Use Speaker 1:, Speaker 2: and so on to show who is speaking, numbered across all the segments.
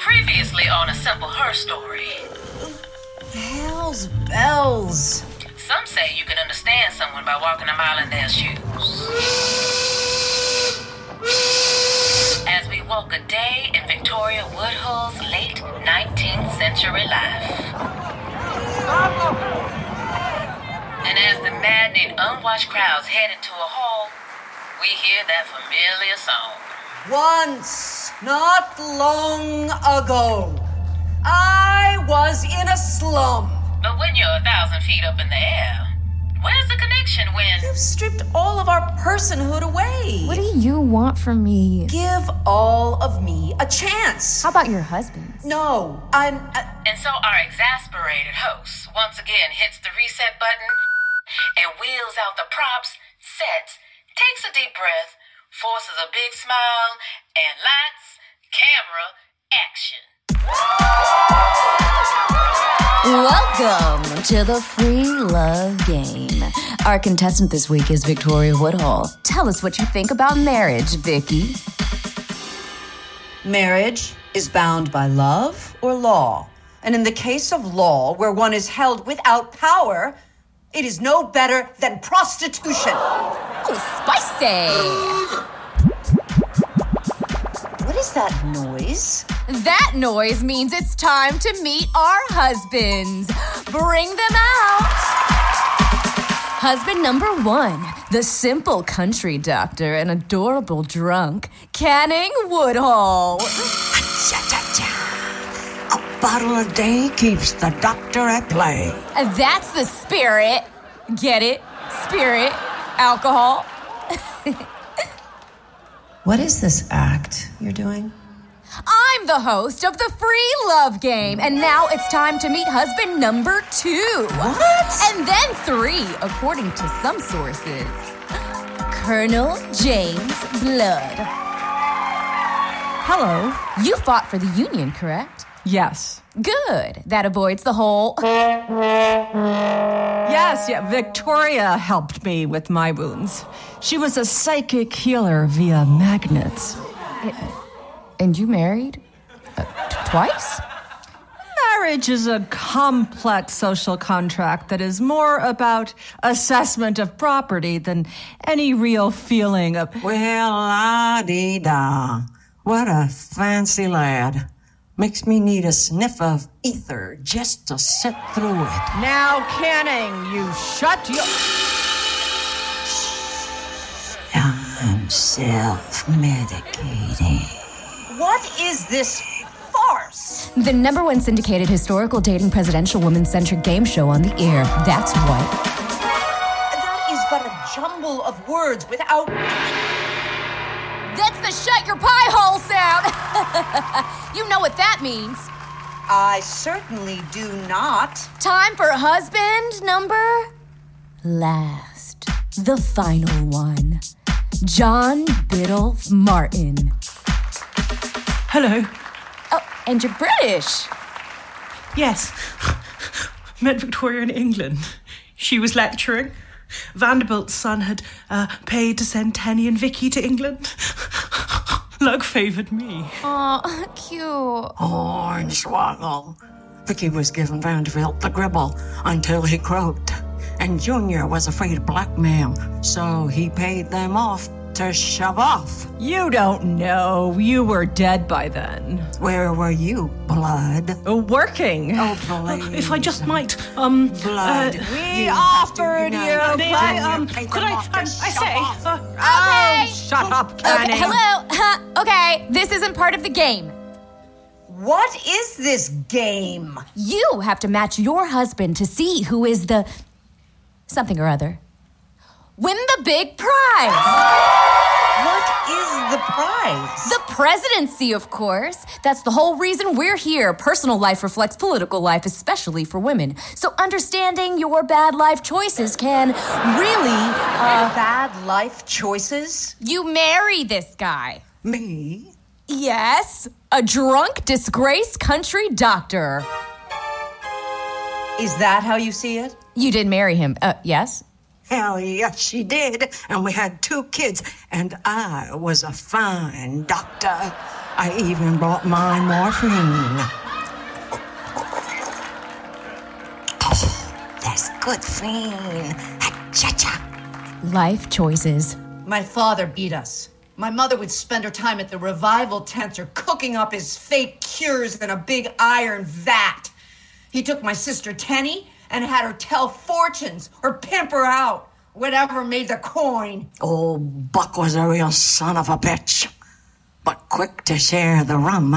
Speaker 1: today on A Simple Her Story.
Speaker 2: Hell's bells.
Speaker 1: Some say you can understand someone by walking a mile in their shoes. As we walk a day in Victoria Woodhull's late 19th century life. And as the maddening, unwashed crowds head into a hall, we hear that familiar song.
Speaker 2: Once, not long ago, I was in a slum.
Speaker 1: But when you're a thousand feet up in the air, where's the connection when?
Speaker 2: You've stripped all of our personhood away.
Speaker 3: What do you want from me?
Speaker 2: Give all of me a chance.
Speaker 3: How about your husband?
Speaker 2: No, I'm. Uh,
Speaker 1: And so our exasperated host once again hits the reset button and wheels out the props, sets, takes a deep breath, forces a big smile, and lights, camera, action.
Speaker 4: Welcome to the free love game. Our contestant this week is Victoria Woodhull. Tell us what you think about marriage, Vicky.
Speaker 2: Marriage is bound by love or law. And in the case of law, where one is held without power, it is no better than prostitution.
Speaker 4: Oh,
Speaker 2: What is that noise?
Speaker 4: spicy! That noise means it's time to meet our husbands. Bring them out. Husband number one, the simple country doctor and adorable drunk, Canning Woodhull.
Speaker 2: A bottle a day keeps the doctor at play.
Speaker 4: That's the spirit. Get it? Spirit, alcohol.
Speaker 2: What is this act you're doing?
Speaker 4: I'm the host of the free love game, and now it's time to meet husband number two.
Speaker 2: What?
Speaker 4: And then three, according to some sources. Colonel James Blood.
Speaker 5: Hello.
Speaker 4: You fought for the Union, correct?
Speaker 5: Yes.
Speaker 4: Good. That avoids the whole.
Speaker 5: Yes, yeah. Victoria helped me with my wounds. She was a psychic healer via magnets.
Speaker 4: And you married? Uh, t- twice?
Speaker 5: Marriage is a complex social contract that is more about assessment of property than any real feeling of.
Speaker 6: Well, la dee da. What a fancy lad. Makes me need a sniff of ether just to sit through it.
Speaker 5: Now, Canning, you shut your.
Speaker 6: I'm self medicating.
Speaker 2: What is this farce?
Speaker 4: The number one syndicated historical dating presidential woman centric game show on the air. That's what.
Speaker 2: That is but a jumble of words without.
Speaker 4: That's the shut your pie hole sound! you know what that means.
Speaker 2: I certainly do not.
Speaker 4: Time for husband number last. The final one. John Biddle Martin.
Speaker 7: Hello.
Speaker 4: Oh, and you're British.
Speaker 7: Yes. Met Victoria in England. She was lecturing. Vanderbilt's son had uh, paid to send Tenny and Vicky to England. Luck favoured me.
Speaker 4: Aw, cute.
Speaker 6: Hornswoggle. Vicky was giving Vanderbilt the gribble until he croaked. And Junior was afraid of blackmail, so he paid them off to shove off.
Speaker 5: You don't know. You were dead by then.
Speaker 6: Where were you, blood?
Speaker 5: Oh, Working.
Speaker 6: Oh, believe.
Speaker 7: Uh, If I just might, um,
Speaker 6: blood.
Speaker 7: uh,
Speaker 6: we
Speaker 5: offered you
Speaker 6: I,
Speaker 7: may I, um, could I, um, I say, uh,
Speaker 5: Oh, shut up, Canning.
Speaker 4: Okay, hello. Huh, okay, this isn't part of the game.
Speaker 2: What is this game?
Speaker 4: You have to match your husband to see who is the something or other. Win the big prize.
Speaker 2: What is the prize?
Speaker 4: The presidency, of course. That's the whole reason we're here. Personal life reflects political life, especially for women. So understanding your bad life choices can really.
Speaker 2: Bad life choices?
Speaker 4: You marry this guy.
Speaker 6: Me?
Speaker 4: Yes, a drunk, disgraced country doctor.
Speaker 2: Is that how you see it?
Speaker 4: You did marry him. Uh, yes?
Speaker 6: Hell yes, she did. And we had two kids, and I was a fine doctor. I even brought my morphine. Oh, good thing. Ha-cha-cha.
Speaker 3: Life choices.
Speaker 2: My father beat us. My mother would spend her time at the revival tent or cooking up his fake cures in a big iron vat. He took my sister Tenny and had her tell fortunes or pimp her out, whatever made the coin.
Speaker 6: Oh, Buck was a real son of a bitch, but quick to share the rum.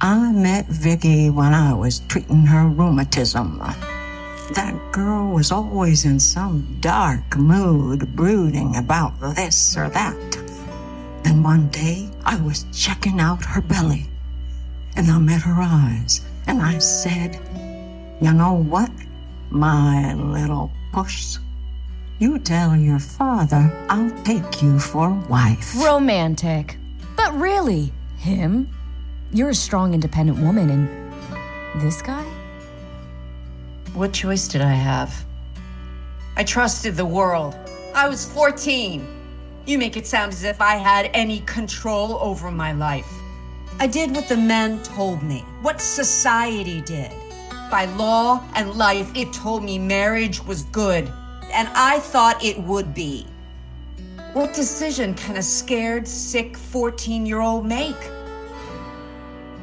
Speaker 6: I met Vicky when I was treating her rheumatism. That girl was always in some dark mood, brooding about this or that. Then one day, I was checking out her belly, and I met her eyes, and I said, You know what, my little puss? You tell your father I'll take you for wife.
Speaker 3: Romantic. But really, him? You're a strong, independent woman, and this guy?
Speaker 2: What choice did I have? I trusted the world. I was 14. You make it sound as if I had any control over my life. I did what the men told me, what society did. By law and life, it told me marriage was good, and I thought it would be. What decision can a scared, sick 14 year old make?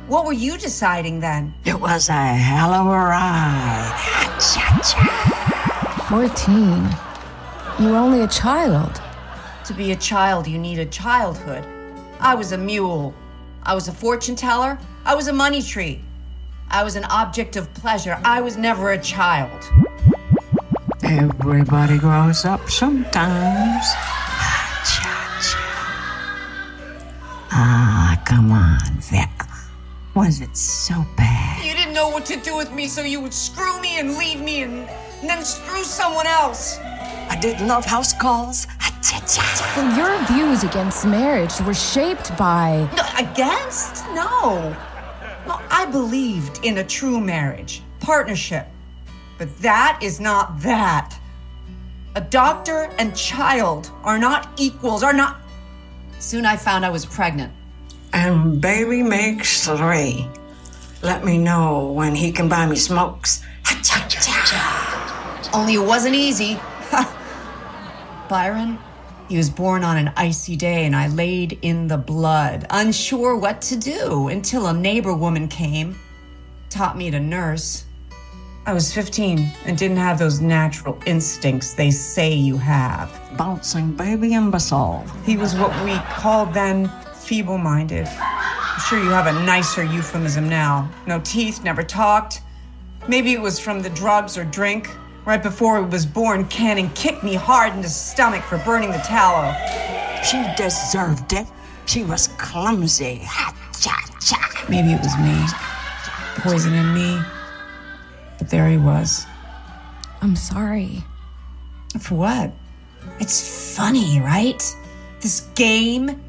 Speaker 2: What were you deciding then?
Speaker 6: It was a hell of a ride.
Speaker 3: 14. You're only a child.
Speaker 2: To be a child, you need a childhood. I was a mule. I was a fortune teller. I was a money tree. I was an object of pleasure. I was never a child.
Speaker 6: Everybody grows up sometimes. Ah, come on, Vic. Was it so bad?
Speaker 2: You didn't know what to do with me, so you would screw me and leave me and, and then screw someone else.
Speaker 6: I did love house calls.
Speaker 3: So your views against marriage were shaped by.
Speaker 2: No, against? No. No, I believed in a true marriage, partnership. But that is not that. A doctor and child are not equals, are not. Soon I found I was pregnant.
Speaker 6: And baby makes three. Let me know when he can buy me smokes.
Speaker 2: Only it wasn't easy. Byron, he was born on an icy day, and I laid in the blood, unsure what to do, until a neighbor woman came, taught me to nurse. I was 15 and didn't have those natural instincts they say you have.
Speaker 6: Bouncing baby imbecile.
Speaker 2: He was what we called then feeble minded. I'm sure you have a nicer euphemism now. No teeth, never talked. Maybe it was from the drugs or drink. Right before he was born, Cannon kicked me hard in the stomach for burning the tallow.
Speaker 6: She deserved it. She was clumsy. Ha-cha-cha.
Speaker 2: Maybe it was me, poisoning me. But there he was.
Speaker 3: I'm sorry.
Speaker 2: For what? It's funny, right? This game,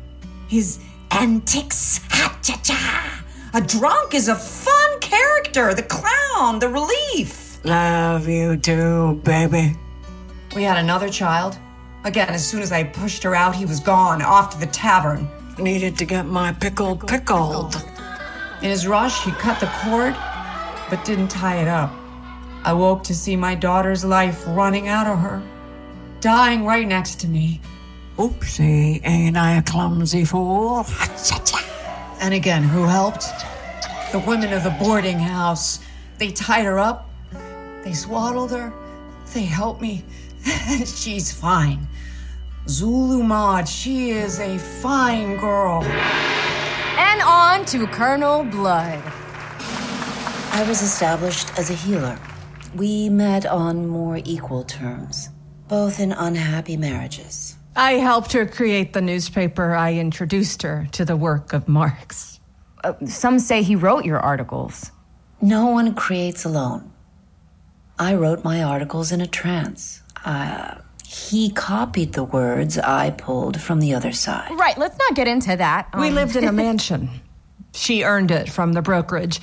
Speaker 2: his antics. Ha cha cha! A drunk is a fun character, the clown, the relief.
Speaker 6: Love you too, baby.
Speaker 2: We had another child. Again, as soon as I pushed her out, he was gone, off to the tavern.
Speaker 6: Needed to get my pickle pickled.
Speaker 2: In his rush, he cut the cord, but didn't tie it up. I woke to see my daughter's life running out of her, dying right next to me.
Speaker 6: Oopsie, ain't I a clumsy fool?
Speaker 2: And again, who helped? The women of the boarding house. They tied her up, they swaddled her, they helped me. She's fine. Zulu Maud, she is a fine girl.
Speaker 4: And on to Colonel Blood.
Speaker 8: I was established as a healer. We met on more equal terms, both in unhappy marriages.
Speaker 5: I helped her create the newspaper. I introduced her to the work of Marx.
Speaker 3: Some say he wrote your articles.
Speaker 8: No one creates alone. I wrote my articles in a trance. Uh, he copied the words I pulled from the other side.
Speaker 4: Right, let's not get into that.
Speaker 5: We
Speaker 4: Um,
Speaker 5: lived in a mansion. She earned it from the brokerage.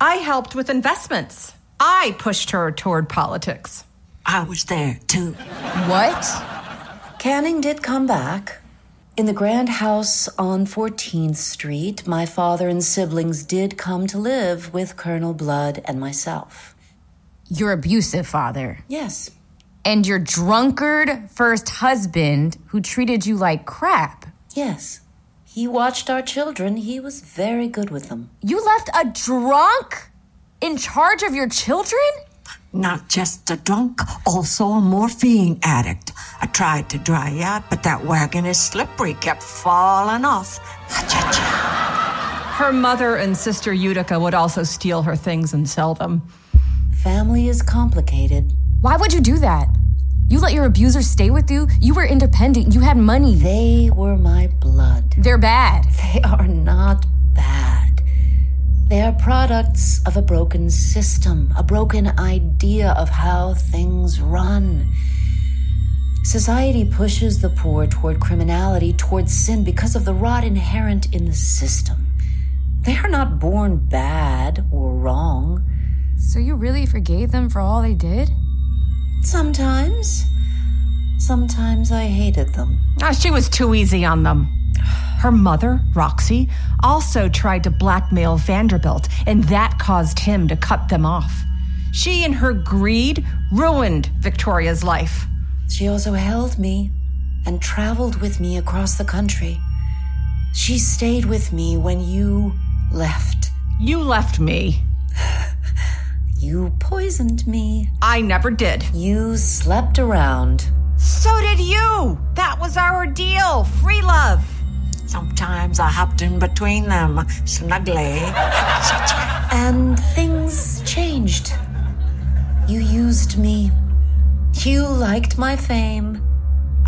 Speaker 5: I helped with investments. I pushed her toward politics.
Speaker 6: I was there too.
Speaker 4: What?
Speaker 8: Canning did come back. In the grand house on 14th Street, my father and siblings did come to live with Colonel Blood and myself.
Speaker 4: your abusive father
Speaker 8: Yes.
Speaker 4: and your drunkard first husband who treated you like crap.
Speaker 8: Yes. He watched our children. He was very good with them.
Speaker 4: You left a drunk in charge of your children?
Speaker 6: Not just a drunk, also a morphine addict. I tried to dry out, but that wagon is slippery, kept falling off. Cha-cha-cha.
Speaker 5: Her mother and sister Utica would also steal her things and sell them.
Speaker 8: Family is complicated.
Speaker 4: Why would you do that? You let your abuser stay with you? You were independent, you had money.
Speaker 8: They were my blood.
Speaker 4: They're bad.
Speaker 8: They are not bad. They are products of a broken system, a broken idea of how things run. Society pushes the poor toward criminality, toward sin, because of the rot inherent in the system. They are not born bad or wrong.
Speaker 4: So you really forgave them for all they did?
Speaker 8: Sometimes. Sometimes I hated them.
Speaker 5: Ah, she was too easy on them. Her mother, Roxy, also tried to blackmail Vanderbilt, and that caused him to cut them off. She and her greed ruined Victoria's life.
Speaker 8: She also held me and traveled with me across the country. She stayed with me when you left.
Speaker 5: You left me.
Speaker 8: You poisoned me.
Speaker 5: I never did.
Speaker 8: You slept around.
Speaker 5: So did you. That was our deal. Free love.
Speaker 6: Sometimes I hopped in between them, snugly. Cha-cha.
Speaker 8: And things changed. You used me. You liked my fame.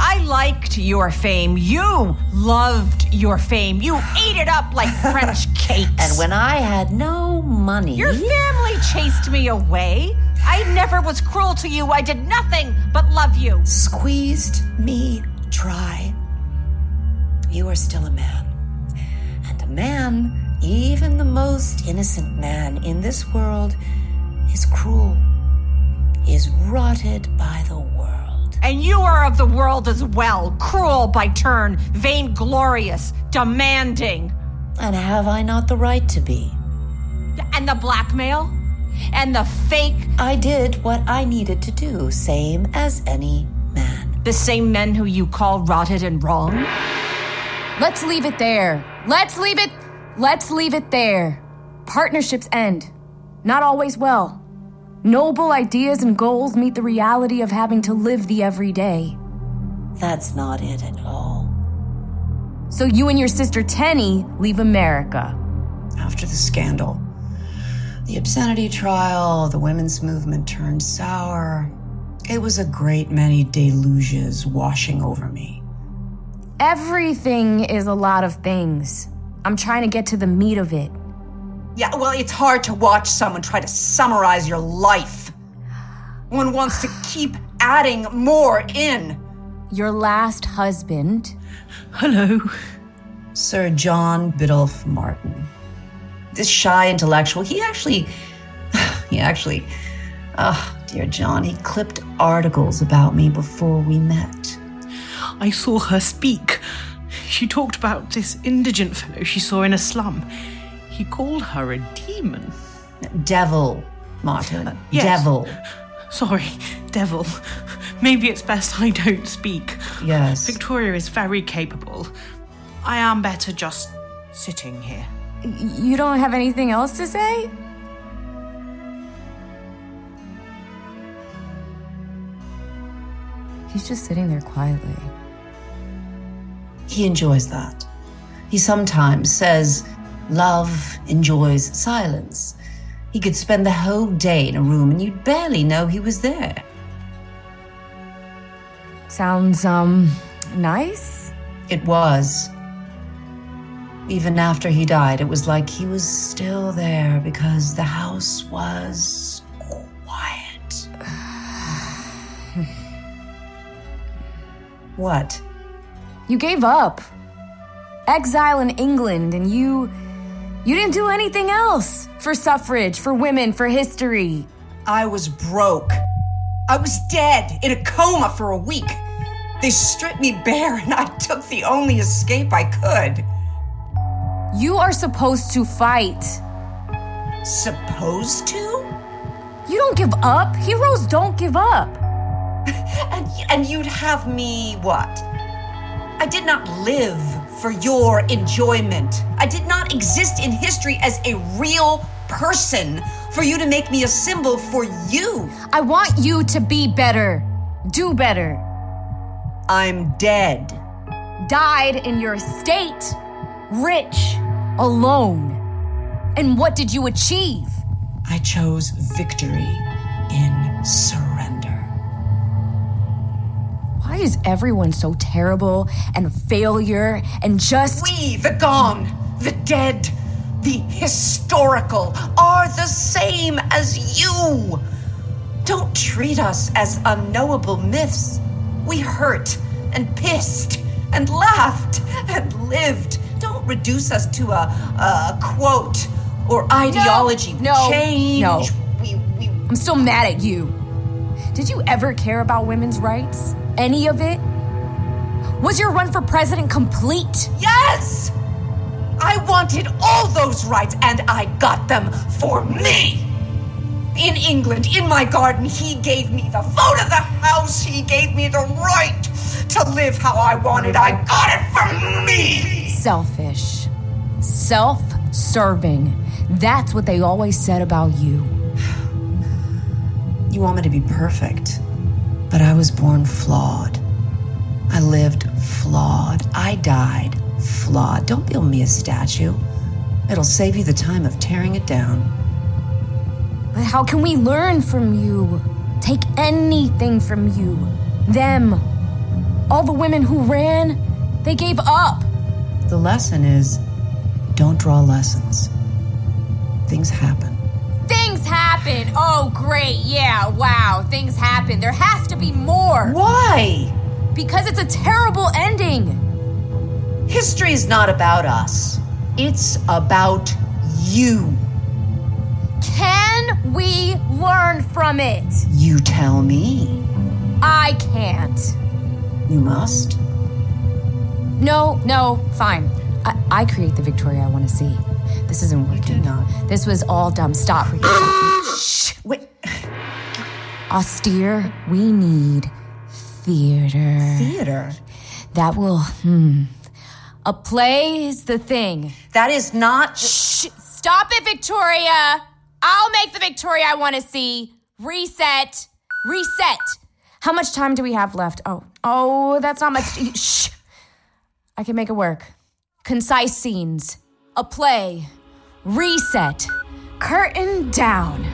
Speaker 5: I liked your fame. You loved your fame. You ate it up like French cakes.
Speaker 8: And when I had no money,
Speaker 5: Your family chased me away. I never was cruel to you. I did nothing but love you.
Speaker 8: squeezed me dry. You are still a man. And a man, even the most innocent man in this world, is cruel, is rotted by the world.
Speaker 5: And you are of the world as well. Cruel by turn, vainglorious, demanding.
Speaker 8: And have I not the right to be?
Speaker 5: And the blackmail? And the fake?
Speaker 8: I did what I needed to do, same as any man.
Speaker 5: The same men who you call rotted and wrong?
Speaker 4: Let's leave it there. Let's leave it. Let's leave it there. Partnerships end. Not always well. Noble ideas and goals meet the reality of having to live the everyday.
Speaker 8: That's not it at all.
Speaker 4: So you and your sister Tenny leave America.
Speaker 2: After the scandal, the obscenity trial, the women's movement turned sour. It was a great many deluges washing over me.
Speaker 4: Everything is a lot of things. I'm trying to get to the meat of it.
Speaker 2: Yeah, well, it's hard to watch someone try to summarize your life. One wants to keep adding more in.
Speaker 4: Your last husband,
Speaker 7: Hello.
Speaker 2: Sir John Biddulph Martin. This shy intellectual, he actually, he actually, ah, dear John, he clipped articles about me before we met.
Speaker 7: I saw her speak. She talked about this indigent fellow she saw in a slum. He called her a demon.
Speaker 2: Devil, Martin.
Speaker 7: yes.
Speaker 2: Devil.
Speaker 7: Sorry, devil. Maybe it's best I don't speak.
Speaker 2: Yes.
Speaker 7: Victoria is very capable. I am better just sitting here.
Speaker 4: you don't have anything else to say? He's just sitting there quietly.
Speaker 2: He enjoys that. He sometimes says, Love enjoys silence. He could spend the whole day in a room and you'd barely know he was there.
Speaker 4: Sounds, um, nice?
Speaker 2: It was. Even after he died, it was like he was still there because the house was quiet. what?
Speaker 4: You gave up. Exile in England, and you. You didn't do anything else for suffrage, for women, for history.
Speaker 2: I was broke. I was dead in a coma for a week. They stripped me bare and I took the only escape I could.
Speaker 4: You are supposed to fight.
Speaker 2: Supposed to?
Speaker 4: You don't give up. Heroes don't give up.
Speaker 2: And, and you'd have me what? I did not live for your enjoyment. I did not exist in history as a real person for you to make me a symbol for you.
Speaker 4: I want you to be better, do better.
Speaker 2: I'm dead.
Speaker 4: Died in your estate, rich, alone. And what did you achieve?
Speaker 2: I chose victory in surrender.
Speaker 4: Why is everyone so terrible and failure and just.
Speaker 2: We, the gone, the dead, the historical, are the same as you. Don't treat us as unknowable myths. We hurt and pissed and laughed and lived. Don't reduce us to a, a quote or ideology. We
Speaker 4: no,
Speaker 2: Change.
Speaker 4: no.
Speaker 2: We, we,
Speaker 4: I'm still mad at you. Did you ever care about women's rights? Any of it? Was your run for president complete?
Speaker 2: yes! I wanted all those rights and I got them for me! In England, in my garden, he gave me the vote of the house, he gave me the right to live how I wanted. I got it for me!
Speaker 4: Selfish, self serving. That's what they always said about you.
Speaker 2: You want me to be perfect, but I was born flawed. I lived flawed. I died flawed. Don't build me a statue. It'll save you the time of tearing it down.
Speaker 4: But how can we learn from you? Take anything from you? Them. All the women who ran, they gave up.
Speaker 2: The lesson is don't draw lessons. Things happen.
Speaker 4: Things happen. Oh, great. Yeah, wow. Things happen. There has to be more.
Speaker 2: Why?
Speaker 4: Because it's a terrible ending.
Speaker 2: History is not about us, it's about you.
Speaker 4: Can we learn from it?
Speaker 2: You tell me.
Speaker 4: I can't.
Speaker 2: You must.
Speaker 4: No, no, fine. I, I create the Victoria I want to see. This isn't working.
Speaker 2: not.
Speaker 4: This was all dumb. Stop.
Speaker 2: Wait,
Speaker 4: Austere, we need theater.
Speaker 2: theater?
Speaker 4: That will, hmm. A play is the thing.
Speaker 2: That is not.
Speaker 4: Shh. Stop it, Victoria. I'll make the Victoria I want to see. Reset. Reset. How much time do we have left? Oh, oh, that's not much. Shh. I can make it work. Concise scenes. A play. Reset. Curtain down.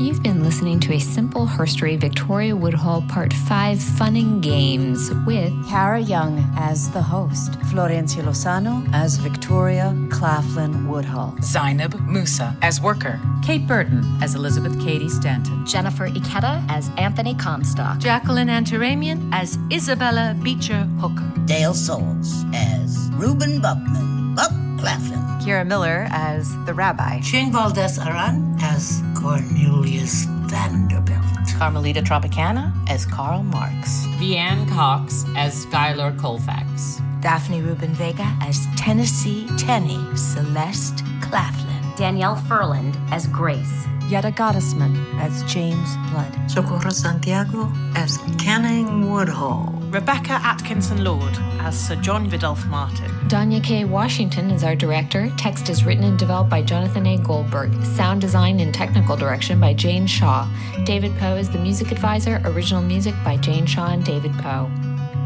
Speaker 9: You've been listening to a simple herstory Victoria Woodhull Part 5 Fun and Games with
Speaker 4: Kara Young as the host.
Speaker 2: Florencia Lozano as Victoria Claflin Woodhull.
Speaker 10: Zainab Musa as worker. Kate Burton as Elizabeth Cady Stanton.
Speaker 9: Jennifer Ikeda as Anthony Comstock.
Speaker 10: Jacqueline Antaramian as Isabella Beecher Hooker.
Speaker 1: Dale Souls as Reuben Buckman, Buck Claflin.
Speaker 10: Kira Miller as the rabbi.
Speaker 1: Shane Valdez Aran as Cornelius Vanderbilt.
Speaker 10: Carmelita Tropicana as Karl Marx.
Speaker 8: Vianne Cox as Skylar Colfax.
Speaker 1: Daphne Rubin Vega as Tennessee Tenny Celeste Claflin.
Speaker 9: Danielle Furland as Grace.
Speaker 10: Yetta Gottesman as James Blood.
Speaker 6: Socorro Santiago as Canning Woodhull.
Speaker 7: Rebecca Atkinson Lord as Sir John Vidolf Martin.
Speaker 9: Danya K. Washington is our director. Text is written and developed by Jonathan A. Goldberg. Sound design and technical direction by Jane Shaw. David Poe is the music advisor. Original music by Jane Shaw and David Poe.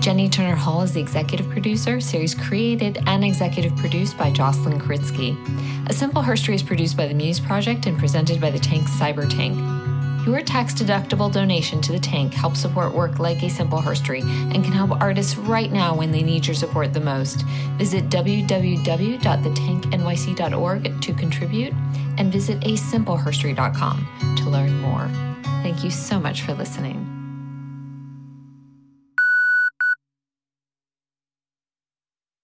Speaker 9: Jenny Turner Hall is the executive producer. Series created and executive produced by Jocelyn Kritsky. A Simple Herstory is produced by the Muse Project and presented by the Tank Cyber Tank. Your tax deductible donation to the tank helps support work like A Simple Herstory and can help artists right now when they need your support the most. Visit www.thetanknyc.org to contribute and visit asimpleherstory.com to learn more. Thank you so much for listening.